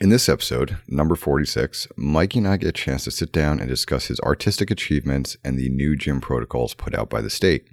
In this episode, number 46, Mikey and I get a chance to sit down and discuss his artistic achievements and the new gym protocols put out by the state.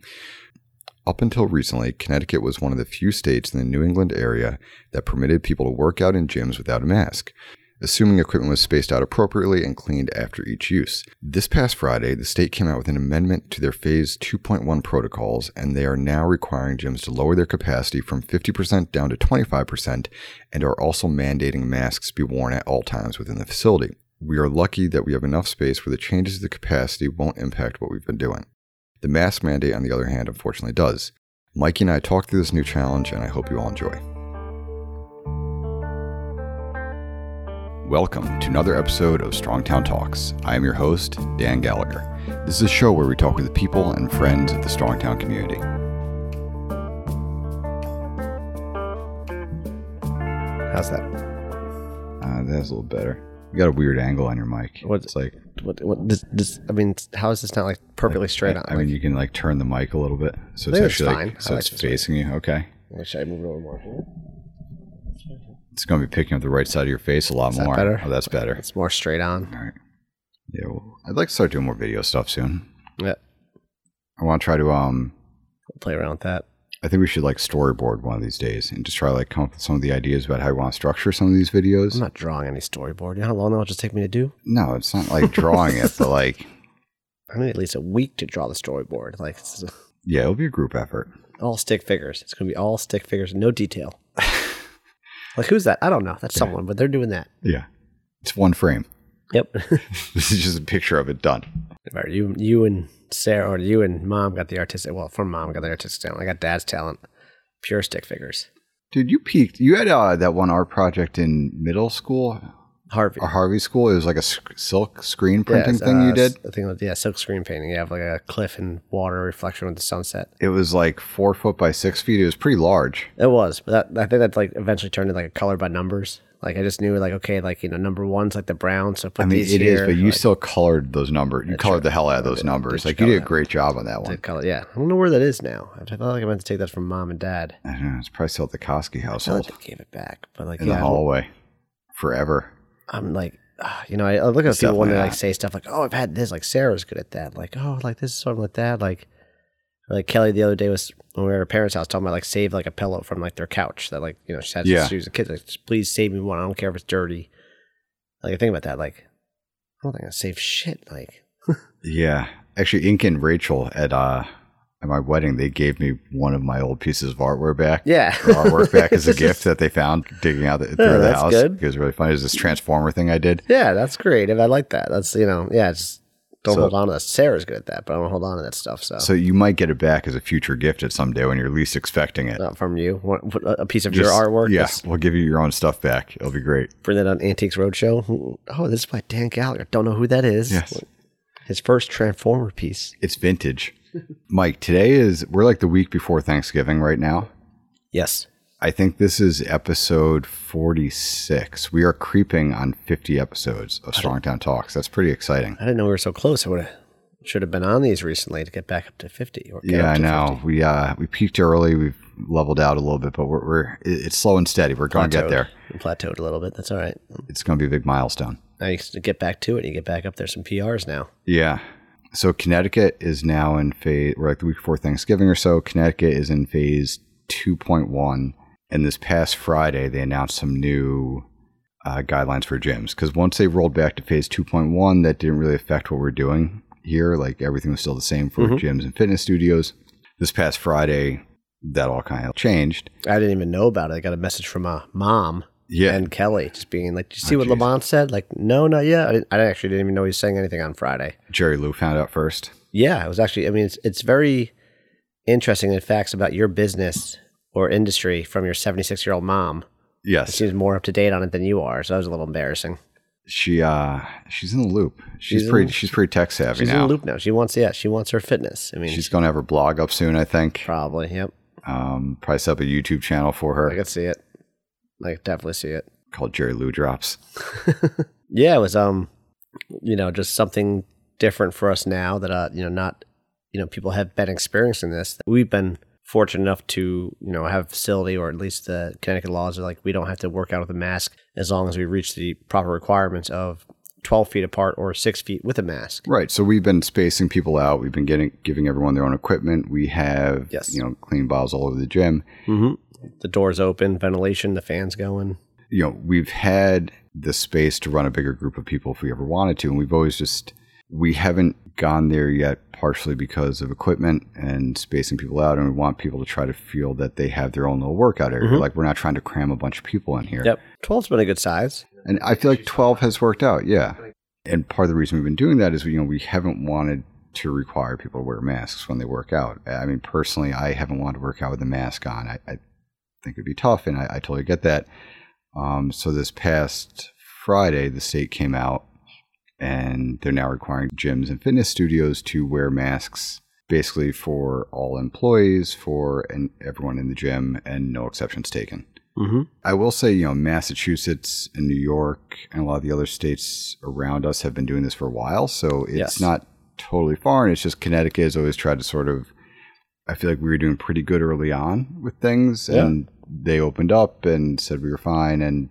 Up until recently, Connecticut was one of the few states in the New England area that permitted people to work out in gyms without a mask, assuming equipment was spaced out appropriately and cleaned after each use. This past Friday, the state came out with an amendment to their Phase 2.1 protocols, and they are now requiring gyms to lower their capacity from 50% down to 25% and are also mandating masks be worn at all times within the facility. We are lucky that we have enough space where the changes to the capacity won't impact what we've been doing. The mask mandate, on the other hand, unfortunately does. Mikey and I talked through this new challenge, and I hope you all enjoy. Welcome to another episode of Strongtown Talks. I am your host, Dan Gallagher. This is a show where we talk with the people and friends of the Strongtown community. How's that? Uh, that's a little better. You got a weird angle on your mic. What's- it's like? What, what this, this, I mean, how is this not like perfectly straight on? I mean, you can like turn the mic a little bit, so it's think it's actually like, fine. so I it's like this way. facing you. Okay, Like, should I move it over more? here? it's going to be picking up the right side of your face a lot that more. better? Oh, that's better. It's more straight on. All right. Yeah, well, I'd like to start doing more video stuff soon. Yeah, I want to try to um. play around with that. I think we should like storyboard one of these days and just try to like come up with some of the ideas about how we want to structure some of these videos. I'm not drawing any storyboard. You know how long that will just take me to do? No, it's not like drawing it, but like I need at least a week to draw the storyboard. Like, it's yeah, it'll be a group effort. all stick figures. It's gonna be all stick figures, no detail. like, who's that? I don't know. That's someone, but they're doing that. Yeah, it's one frame. Yep. This is just a picture of it done. All right, you, you and Sarah, or you and mom got the artistic. Well, from mom got the artistic talent. I got dad's talent. Pure stick figures. Dude, you peaked. You had uh, that one art project in middle school Harvey. or Harvey school. It was like a sc- silk screen printing Yes, thing uh, you did. I think it was- yeah, silk screen painting. You have like a cliff and water reflection with the sunset. It was like four foot by six feet. It was pretty large. It was, but that, I think that's like eventually turned into like a color by numbers. Like I just knew like okay, like you know number one's like the brown, so put I mean, these it is, here. but you like, still colored those numbers. You colored the hell out of those numbers. Like you did a great job on that did one. color. Yeah, I don't know where that is now. I felt like I meant to take that from mom and dad. I don't know. It's probably still at the Koski I household like they gave it back, but like in yeah, the I don't- hallway forever. I'm like. ah, You know, I I look at people when definitely they like not. say stuff like, "Oh, I've had this." Like Sarah's good at that. Like, oh, like this is something like that. Like, like Kelly the other day was when we were at her parents' house talking about like save like a pillow from like their couch that like you know she had Yeah. she was a kid like just please save me one. I don't care if it's dirty. Like I think about that. Like I don't think I save shit. Like Yeah. Actually, Ink and Rachel at uh at my wedding, they gave me one of my old pieces of artwork back. Or yeah, artwork back as a It's gift just- Oh, that they found digging out the, through the that's house. good. It was really funny. It was this Transformer thing I did. Yeah, that's great. If I like that, that's you know yeah. Just don't So- hold on to that. Sarah's good at that, but I don't hold on to that stuff. So, So you might get it back as a future gift at someday when you're least expecting it. Not from you, What- what- a piece of Uh, your Just- artwork. Yeah, Just- we'll give you your own stuff back. It'll be great. Bring that on Antiques Roadshow. Oh, this is by Dan Gallagher. Don't know who that is. Yes. His first Transformer piece. It's vintage. Mike, today is we're like the week before Thanksgiving right now. Yes. I think this is episode 46. We are creeping on 50 episodes of Strongtown Talks. That's pretty exciting. I didn't know we were so close. I would have should have been on these recently to get back up to 50 or get yeah, up I to know. 50. We uh we peaked early. We've leveled out a little bit, but we're, we're it- it's slow and steady. We're going to get Plateaued. there. We plateaued a little bit. That's all right. It's going to be a big milestone. Now you can get back to it. You get back up there some PRs now. Yeah. So Connecticut is now in phase. We're like the week before Thanksgiving or so. Connecticut is in phase 2.1, and this past Friday they announced some new uh, guidelines for gyms because once they rolled back to phase 2.1, that didn't really affect what we're doing here. Like everything was still the same Mm-hmm. for gyms and fitness studios. This past Friday, that all kind of changed. I didn't even know about it. I got a message from my mom Yeah. Oh, and Kelly just being like, Did you see what Lamont said? Like, no, not yet. I, didn't, I actually didn't even know he was saying anything on Friday. Jerry Lou found out first. Yeah, it was actually. I mean, it's it's very interesting in facts about your business or industry from your seventy six year old mom. Yes, She's more up to date on it than you are, so that was a little embarrassing. she uh she's in the loop. She's, She's in- pretty she's pretty tech savvy She's in now. the loop now. She wants yeah, she wants her fitness. I mean, She's going to have her blog up soon, I think. probably yep. um, probably set up a YouTube channel for I her could see it. I could definitely see it. called Jerry Lou Drops. Yeah, it was um, you know, just something different for us now that uh, you know, not you know, people have been experiencing this. We've been fortunate enough to you know have a facility or at least the Connecticut laws are like we don't have to work out with a mask as long as we reach the proper requirements of 12 feet apart or six feet with a mask. Right. So we've been spacing people out. We've been getting giving everyone their own equipment. We have Yes. you know clean bottles all over the gym. The doors open, ventilation, the fans going. You know we've had the space to run a bigger group of people if we ever wanted to, and we've always just we haven't gone there yet, partially because of equipment and spacing people out, and we want people to try to feel that they have their own little workout area. Like we're not trying to cram a bunch of people in here. Mm-hmm. Yep, 12's been a good size. And I feel like 12 has worked out, yeah. And part of the reason we've been doing that is, you know, we haven't wanted to require people to wear masks when they work out. I mean, personally, I haven't wanted to work out with a mask on. I, I think it'd be tough, and I, I totally get that. Um, so this past Friday, the state came out and they're now requiring gyms and fitness studios to wear masks basically for all employees, for and everyone in the gym, and no exceptions taken. Mm-hmm. I will say, you know, Massachusetts and New York and a lot of the other states around us have been doing this for a while. So it's Yes. not totally foreign. It's just Connecticut has always tried to sort of, I feel like we were doing pretty good early on with things. Yeah. And they opened up and said we were fine. And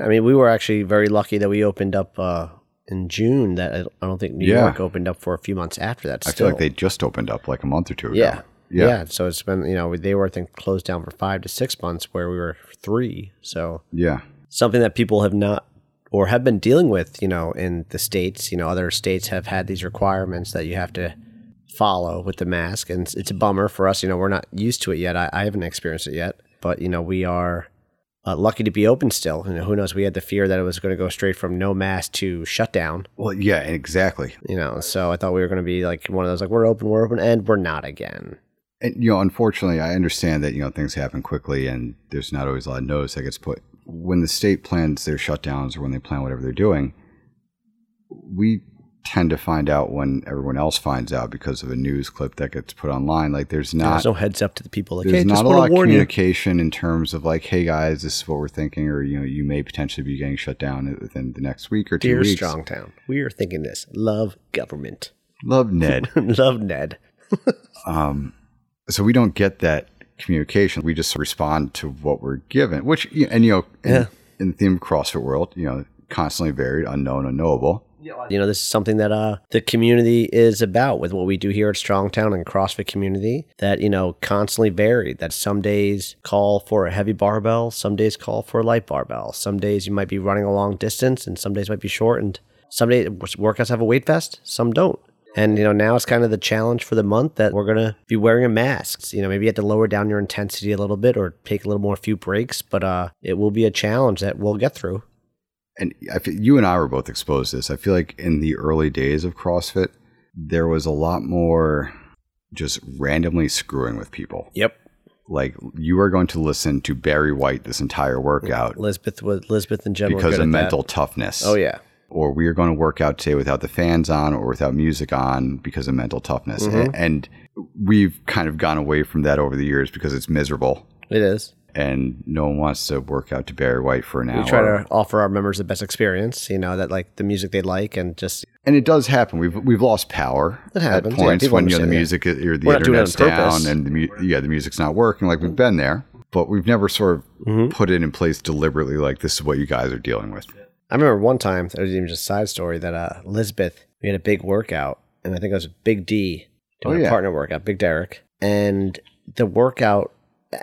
I mean, we were actually very lucky that we opened up uh, in June. That I I don't think New Yeah. York opened up for a few months after that. I feel still. like they just opened up like a month or two ago. yeah. Yeah. yeah, So it's been you know they were I think closed down for five to six months where we were three. So Yeah. something that people have not or have been dealing with, you know, in the states. You know, other states have had these requirements that you have to follow with the mask, and it's, it's a bummer for us. You know, we're not used to it yet. I, I haven't experienced it yet, but you know, we are uh, lucky to be open still. You know, who knows? We had the fear that it was going to go straight from no mask to shutdown. Well, yeah, exactly. You know, so I thought we were going to be like one of those like we're open, we're open, and we're not again. And, you know, unfortunately, I understand that, you know, things happen quickly and there's not always a lot of notice that gets put. When the state plans their shutdowns or when they plan whatever they're doing, we tend to find out when everyone else finds out because of a news clip that gets put online. Like, there's not. There's no heads up to the people like, There's hey, not just a want lot to of warn you. communication in terms of like, hey guys, this is what we're thinking, or you know, you may potentially be getting shut down within the next week or two Dear weeks. Strongtown, we are thinking this. Love government. Love Ned. Love Ned. Um, so we don't get that communication. We just respond to what we're given, which, you- and you know, in, Yeah. in the theme of CrossFit world, you know, constantly varied, unknown, unknowable. You know, this is something that uh, the community is about with what we do here at Strongtown and CrossFit community that, you know, constantly varied. That some days call for a heavy barbell, some days call for a light barbell. Some days you might be running a long distance and some days might be shortened. Some days workouts have a weight vest, some don't. And, you know, now it's kind of the challenge for the month that we're going to be wearing a mask. You know, maybe you have to lower down your intensity a little bit or take a little more few breaks, but uh, it will be a challenge that we'll get through. And I feel, you and I were both exposed to this. I feel like in the early days of CrossFit, there was a lot more just randomly screwing with people. Yep. Like you are going to listen to Barry White this entire workout Elizabeth was Elizabeth and Gemma were because good of at that. mental toughness. Oh yeah, or we are going to work out today without the fans on or without music on because of mental toughness. A- Mm-hmm. And we've kind of gone away from that over the years because it's miserable it is. and no one wants to work out to Barry White for an We hour. try to offer our members the best experience. You know that like the music they like, and just and it does happen. We've we've lost power It happens. at Yeah, points people when you know, the understand that. music is- or the We're not doing it on internet's down purpose. and the mu- yeah the music's not working. Like we've been there, but we've never sort of Mm-hmm. put it in place deliberately. Like this is what you guys are dealing with. I remember one time there was even just a side story that uh, Elizabeth we had a big workout, and I think it was Big D doing Oh, yeah. a partner workout, Big Derek, and the workout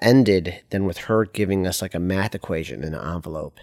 ended then with her giving us like a math equation in an envelope.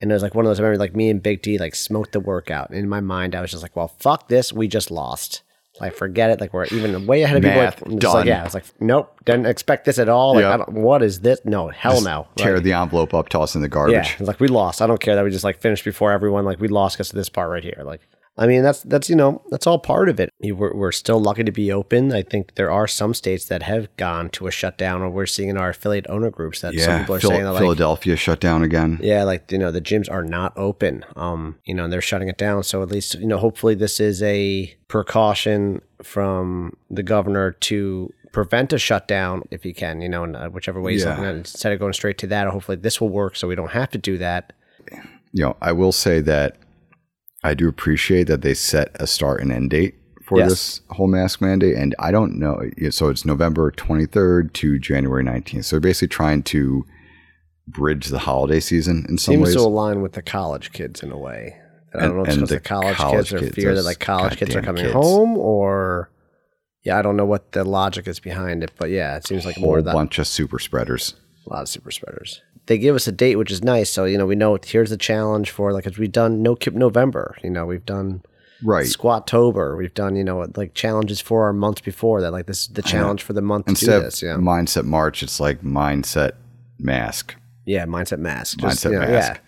And it was like one of those, I remember like me and Big D like smoked the workout. And in my mind, I was just like, well, fuck this. We just lost. Like, forget it. Like, we're even way ahead of Math, people. Like, just Like, done. yeah. I was like, nope, didn't expect this at all. Like, Yep. I don't, what is this? No, hell no. Tear Like, the envelope up, toss it in the yeah. garbage. It's like, we lost. I don't care that we just like finished before everyone. Like, we lost because of this part right here. Like, I mean, that's, that's, you know, that's all part of it. You- We're, we're still lucky to be open. I think there are some states that have gone to a shutdown, or we're seeing in our affiliate owner groups that some people are Phil- saying that, like, Philadelphia shut down again. yeah, like you know, the gyms are not open. Um, you know, and they're shutting it down. So at least you know, hopefully, this is a precaution from the governor to prevent a shutdown if he can. You know, in uh, whichever way he's Yeah. looking at it. Instead of going straight to that, hopefully, this will work so we don't have to do that. you know, I will say that I do appreciate that they set a start and end date for Yes. this whole mask mandate, and I don't know. yeah, So it's November 23rd to January 19th. So they're basically trying to bridge the holiday season in some Seems ways. to align with the college kids in a way. And I And- don't know if it's and because the, the college, college kids are kids, fear that those like college kids are goddamn coming kids. home or yeah, I don't know what the logic is behind it, but yeah, it seems like more whole of that bunch of super spreaders. a lot of super spreaders. They give us a date, which is nice. So you know, we know here's the challenge for like 'cause we've done no kip November. You know, we've done Right. Squattober. We've done you know like challenges for our months before that. Like this is the challenge for the month to do Instead this. of Yeah, mindset March, it's like mindset mask. yeah. Mindset mask. Mindset you know, mask.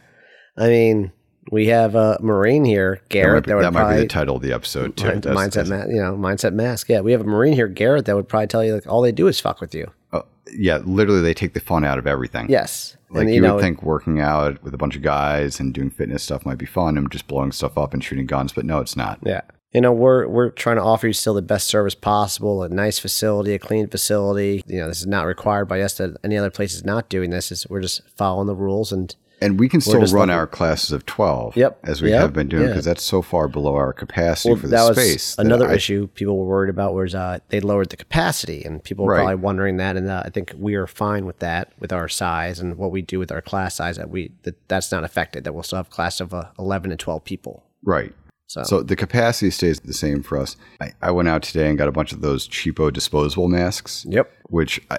Yeah. I mean, we have a Marine here, Garrett. that might, be, would that might be probably- the title of the episode too. Mind- That's- mindset, ma- you know, mindset mask. Yeah, we have a marine here, Garrett, that would probably tell you like all they do is fuck with you. uh, yeah, literally, they take the fun out of everything. Yes, Like and you, you, know, would think working out with a bunch of guys and doing fitness stuff might be fun and just blowing stuff up and shooting guns, but no, it's not. yeah, you know, we're we're trying to offer you still the best service possible, a nice facility, a clean facility. You know, this is not required by us that any other place is not doing this. Is we're just following the rules and And we can still just run lucky. our classes of 12 Yep. as we Yep. have been doing Yeah. because that's so far below our capacity for the that was space. that another I- issue people were worried about was uh, they lowered the capacity, and people were Right. probably wondering that. And uh, I think we are fine with that, with our size and what we do with our class size. That we that that's not affected. That we'll still have a class of uh, eleven to twelve people. Right. So, So the capacity stays the same for us. I, I went out today and got a bunch of those cheapo disposable masks. yep, which I,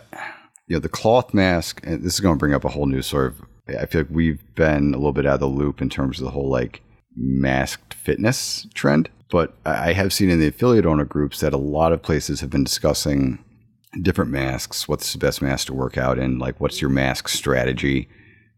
you know the cloth mask and this is going to bring up a whole new sort of i feel like we've been a little bit out of the loop in terms of the whole like masked fitness trend but i I have seen in the affiliate owner groups that a lot of places have been discussing different masks what's the best mask to work out in like what's your mask strategy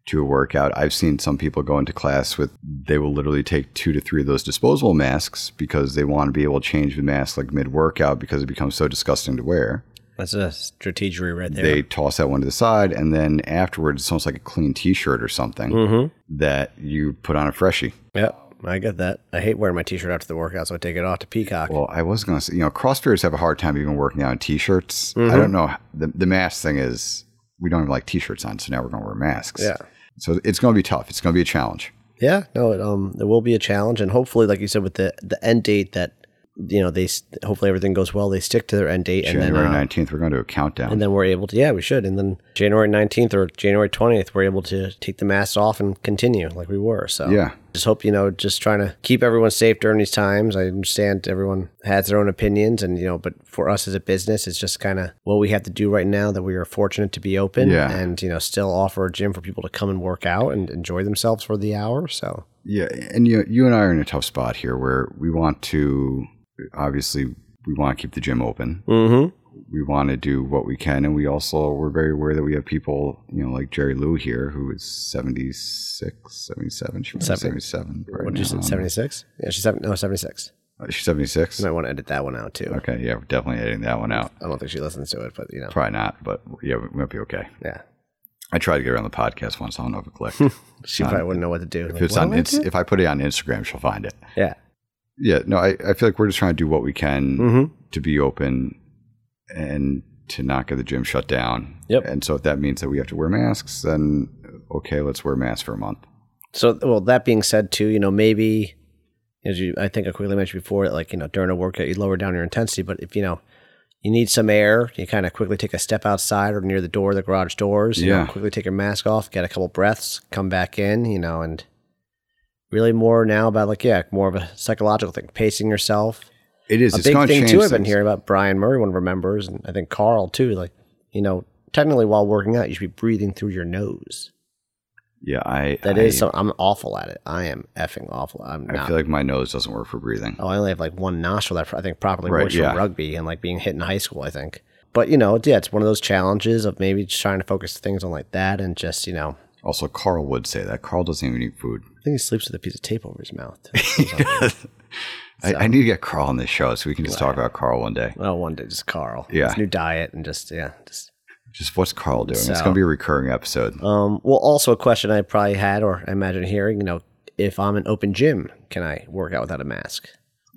to a workout i've seen some people go into class with they will literally take two to three of those disposable masks because they want to be able to change the mask like mid workout because it becomes so disgusting to wear that's a strategery right there. they toss that one to the side and then afterwards it's almost like a clean t-shirt or something mm-hmm. that you put on a freshie Yep, I get that. I hate wearing my t-shirt after the workout, so I take it off to Peacock. well i was going to say you know crossfitters have a hard time even working out in t-shirts Mm-hmm. i don't know the, the mask thing is we don't even like t-shirts on so now we're going to wear masks Yeah. so it's going to be tough it's going to be a challenge Yeah, no, it, um, there will be a challenge, and hopefully, like you said, with the the end date that you know they s- hopefully everything goes well, they stick to their end date, and then january uh, 19th we're going to do a countdown And then we're able to, yeah, we should. And then January 19th or January 20th, we're able to take the masks off and continue like we were. So, yeah Just hope, you know, just trying to keep everyone safe during these times. I understand everyone has their own opinions and, you know, but for us as a business, it's just kind of what we have to do right now that we are fortunate to be open Yeah. and, you know, still offer a gym for people to come and work out and enjoy themselves for the hour. So, Yeah, and you you and I are in a tough spot here where we want to obviously we want to keep the gym open. Mhm. We want to do what we can, and we also we're very aware that we have people you know like Jerry Lou here who is 76, 77. She might be Seven. 77 right what did you now. say, 76? Yeah, she's seven, no, 76. Uh, She's 76? You might want to edit that one out too. Okay, yeah, we're definitely editing that one out. I don't think she listens to it, but, you know, Probably not, but yeah, we might be okay. yeah. I tried to get her on the podcast once. I don't know if it clicked. if She probably wouldn't know what to do. Like, it's Hmm. what on do I Inst- do? if I put it on Instagram, she'll find it. Yeah. Yeah, no, I, I feel like we're just trying to do what we can Mm-hmm. to be open and to not get the gym shut down. Yep. And so if that means that we have to wear masks, then okay, let's wear masks for a month. So, well, that being said, too, you know, maybe as you, I think I quickly mentioned before, that like you know, during a workout, you lower down your intensity, but if you know you need some air, you kind of quickly take a step outside or near the door, the garage doors. You Yeah. Know, quickly take your mask off, get a couple breaths, come back in, you know, and really more now about like yeah, more of a psychological thing, pacing yourself. It is. A it's big gonna thing change too. I've been things. hearing about Brian Murray, one of our members, and I think Carl too. Like you know, technically while working out, you should be breathing through your nose. Yeah, I. That I, is so I'm awful at it. I am effing awful. I'm I not. feel like my nose doesn't work for breathing. oh, I only have like one nostril that I think properly Right, works yeah. for rugby and like being hit in high school. I think, but you know, yeah, it's one of those challenges of maybe just trying to focus things on like that and just you know, Also, Carl would say that. Carl doesn't even eat food. I think he sleeps with a piece of tape over his mouth. I, I need to get Carl on this show so we can just talk about Carl one day. well, Oh, one day just Carl, Yeah. his new diet and just yeah, just Just what's Carl doing? It's So- going to be a recurring episode. Um, well, also a question I probably had or I imagine hearing, you know, if I'm an open gym, can I work out without a mask?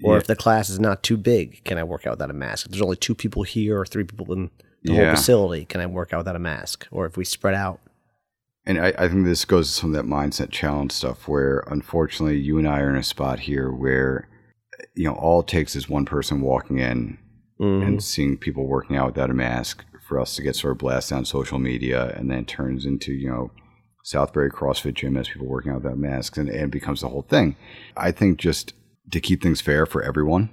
Or Yeah. if the class is not too big, can I work out without a mask? If there's only two people here or three people in the Yeah. whole facility, can I work out without a mask? Or if we spread out? And I, I think this goes to some of that mindset challenge stuff where unfortunately you and I are in a spot here where you know, all it takes is one person walking in Mhm. and seeing people working out without a mask for us to get sort of blasted on social media and then it turns into, you know, Southbury CrossFit gym has people working out without masks and, and it becomes the whole thing. I think just to keep things fair for everyone,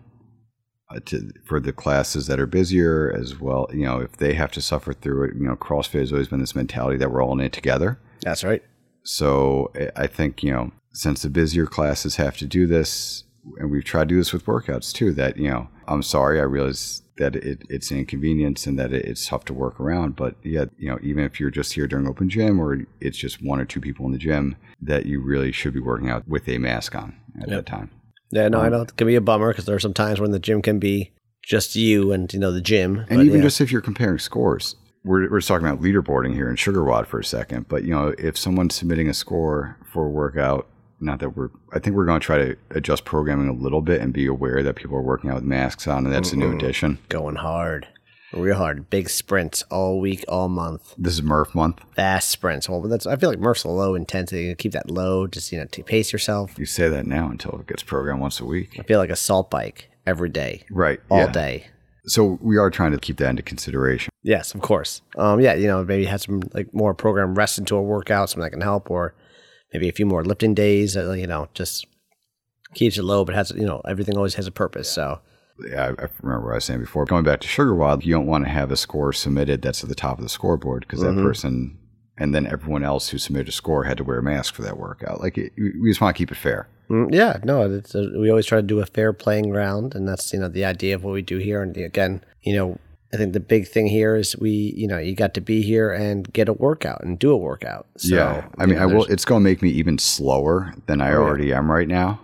uh, to, for the classes that are busier as well, you know, if they have to suffer through it, you know, CrossFit has always been this mentality that we're all in it together. That's right. So I- I think, you know, since the busier classes have to do this, and we've tried to do this with workouts too, that, you know, I'm sorry, I realize that it, it's an inconvenience and that it, it's tough to work around. But yeah, you know, even if you're just here during open gym or it's just one or two people in the gym, that you really should be working out with a mask on at Yep. that time. Yeah, no, I Mm-hmm. know it can be a bummer because there are some times when the gym can be just you and you know the gym, And but even yeah. just if you're comparing scores, we're, we're just talking about leaderboarding here in Sugar Wad for a second. But you know, if someone's submitting a score for a workout, not that we're, I think we're going to try to adjust programming a little bit and be aware that people are working out with masks on, and that's a new addition. going hard, real hard, big sprints all week, all month, This is Murph month. fast sprints. Well, that's I feel like Murph's a low intensity. Keep that low, just you know, to pace yourself. You say that now until it gets programmed once a week, I feel like a salt bike every day, right? all yeah. day. So we are trying to keep that into consideration. Yes, of course. Um, yeah, you know, maybe have some like more program rest into a workout, something that can help, or maybe a few more lifting days. uh, You know, just keeps it low, but has you know everything always has a purpose. So yeah, I I remember what I was saying before. Going back to Sugar Wild, you don't want to have a score submitted that's at the top of the scoreboard because Mm-hmm. that person and then everyone else who submitted a score had to wear a mask for that workout. Like, it, we we just want to keep it fair. Mm, Yeah, no, it's uh we always try to do a fair playing ground, and that's you know the idea of what we do here. And the- again, you know, I think the big thing here is we, you know, you got to be here and get a workout and do a workout. So, yeah, I you mean, know, I will. there's- Oh, It's going to make me even slower than I already am right now.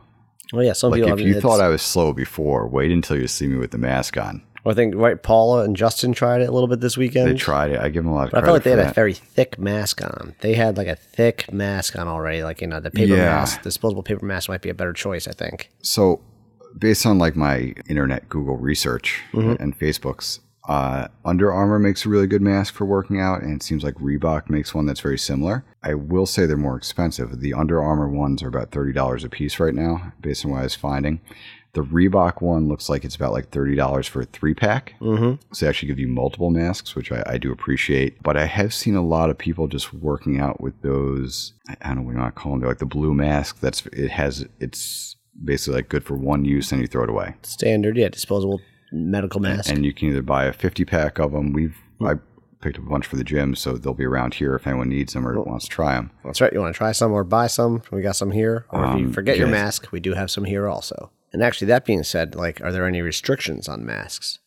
Well, yeah, some Like, people. if you thought I was slow before, wait until you see me with the mask on. I, think right, Paula and Justin tried it a little bit this weekend. They tried it. I give them a lot of But I credit. felt like they for had a that. very thick mask on. They had like a thick mask on already. Like you know, the paper Yeah. mask, disposable paper mask might be a better choice. I think. so based on like my internet google research and facebook's uh, under armor makes a really good mask for working out and it seems like reebok makes one that's very similar i will say they're more expensive the under armor ones are about $30 a piece right now based on what i was finding the reebok one looks like it's about like $30 for a three pack Mm-hmm. so they actually give you multiple masks, which I, I do appreciate. But I have seen a lot of people just working out with those. I I don't know what you want to call them. They're like the blue mask. That's it has. It's basically like good for one use, and you throw it away. Standard, yeah, disposable medical mask. And you can either buy a fifty pack of them. We've Hmm. I picked up a bunch for the gym, so they'll be around here if anyone needs them or wants to try them. That's right. You want to try some or buy some? We got some here. Or if you Um, forget your yes. mask, we do have some here also. And actually, that being said, like, are there any restrictions on masks?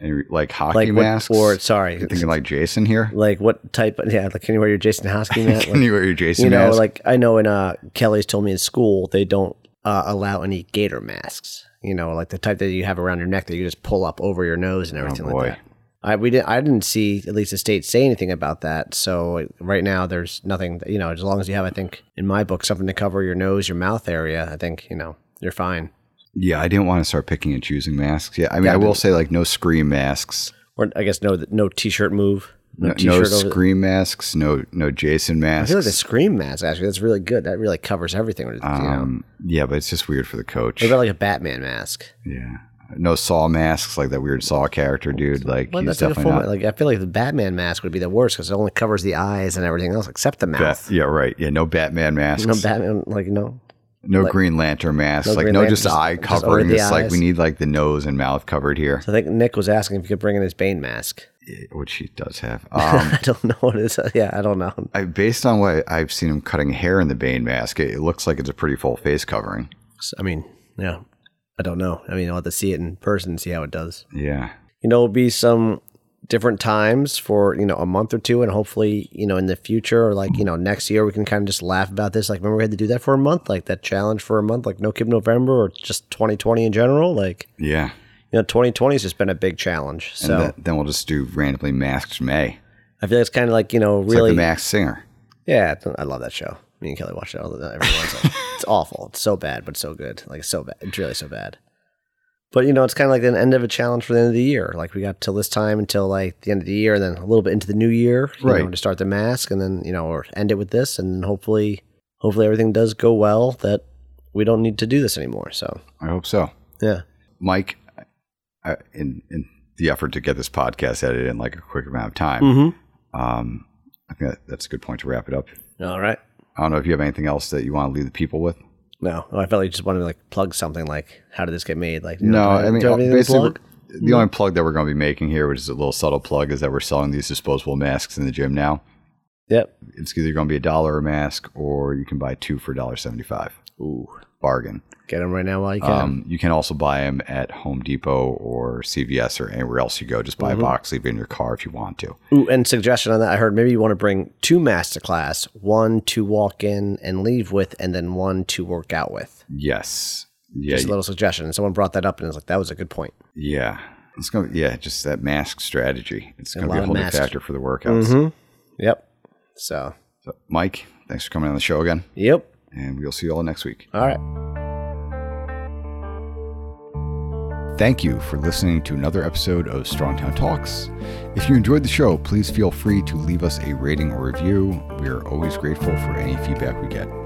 And like hockey Like what- masks. or sorry, you're thinking like Jason here. like what type? Of, yeah, like can you wear your Jason Hosky mask? Can Like, you wear your Jason you know, mask? like I know in uh, Kelly's told me in school they don't uh, allow any gator masks. You know, like the type that you have around your neck that you just pull up over your nose and everything Oh, boy. like that. I we didn't I didn't see at least the state say anything about that. So right now there's nothing that- you know as long as you have I think in my book something to cover your nose your mouth area I think you know you're fine. yeah, I didn't want to start picking and choosing masks. Yeah, I mean, I will say like no scream masks. Or I guess no no t-shirt move No, no, no t-shirt. over, scream masks, no no Jason I masks. feel like the scream mask actually that's really good that really covers everything. You know. Um, yeah, but it's just weird for the coach. What about like a Batman mask? yeah, no saw masks like that weird saw character dude. Like Well, he's that's like a definitely full not. like I feel like the Batman mask would be the worst because it only covers the eyes and everything else except the Bat- mouth. yeah, right. Yeah, no Batman masks. No No, Batman, like no. Green Lantern masks. No like Green no, Lantern, just just- eye just covering. over the It's like eyes. we need like the nose and mouth covered here, So I think Nick was asking if you could bring in his Bane mask. which he does have. Um, I don't know what it is. Yeah, I don't know. I, based on what I've seen him cutting hair in the Bane mask, it, it looks like it's a pretty full face covering. I mean, yeah, I don't know. I mean, I'll have to see it in person and see how it does. Yeah. You know, it'll be some different times for you know a month or two, and hopefully, you know, in the future or like you know next year, we can kind of just laugh about this. Like, remember we had to do that for a month, like that challenge for a month, like No Kib November or just 2020 in general, like. Yeah. you know 2020 has just been a big challenge And so th- then we'll just do randomly masked May. i feel like it's kind of like you know It's really like the masked singer. yeah it's- i love that show me and kelly watch it all the time every Wednesday. it's awful it's so bad but so good like it's so bad it's really so bad but you know it's kind of like the end of a challenge for the end of the year like we got till this time until like the end of the year and then a little bit into the new year you Right. know, to start the mask and then you know or end it with this and hopefully hopefully everything does go well that we don't need to do this anymore so I hope so. yeah Mike, I, in in the effort to get this podcast edited in like a quick amount of time, Mm-hmm. um, I think that, that's a good point to wrap it up. All right. I don't know if you have anything else that you want to leave the people with. No, oh, I felt like you just wanted to like plug something. Like, how did this get made? Like, you know, No, do I mean uh, do you have anything to basically. plug? Mm-hmm. we're- The only plug that we're going to be making here, which is a little subtle plug, is that we're selling these disposable masks in the gym now. Yep. It's either going to be a dollar a mask, or you can buy two for $1.75. Ooh, Bargain. get them right now while you can. Um, you can also buy them at Home Depot or CVS or anywhere else you go. Just Mm-hmm. buy a box, leave it in your car if you want to. Ooh, and suggestion on that, I heard maybe you want to bring two masks to class, one to walk in and leave with, and then one to work out with. Yes. Yeah. Just a little suggestion. And someone brought that up, and it's like that was a good point. yeah. It's going. to Yeah. Just that mask strategy. It's going to lot be a of whole Mm-hmm. new mask. factor for the workouts. Yep. So, So, Mike, thanks for coming on the show again, yep. and we'll see you all next week. All right. Thank you for listening to another episode of Strongtown Talks. If you enjoyed the show, please feel free to leave us a rating or review. We are always grateful for any feedback we get.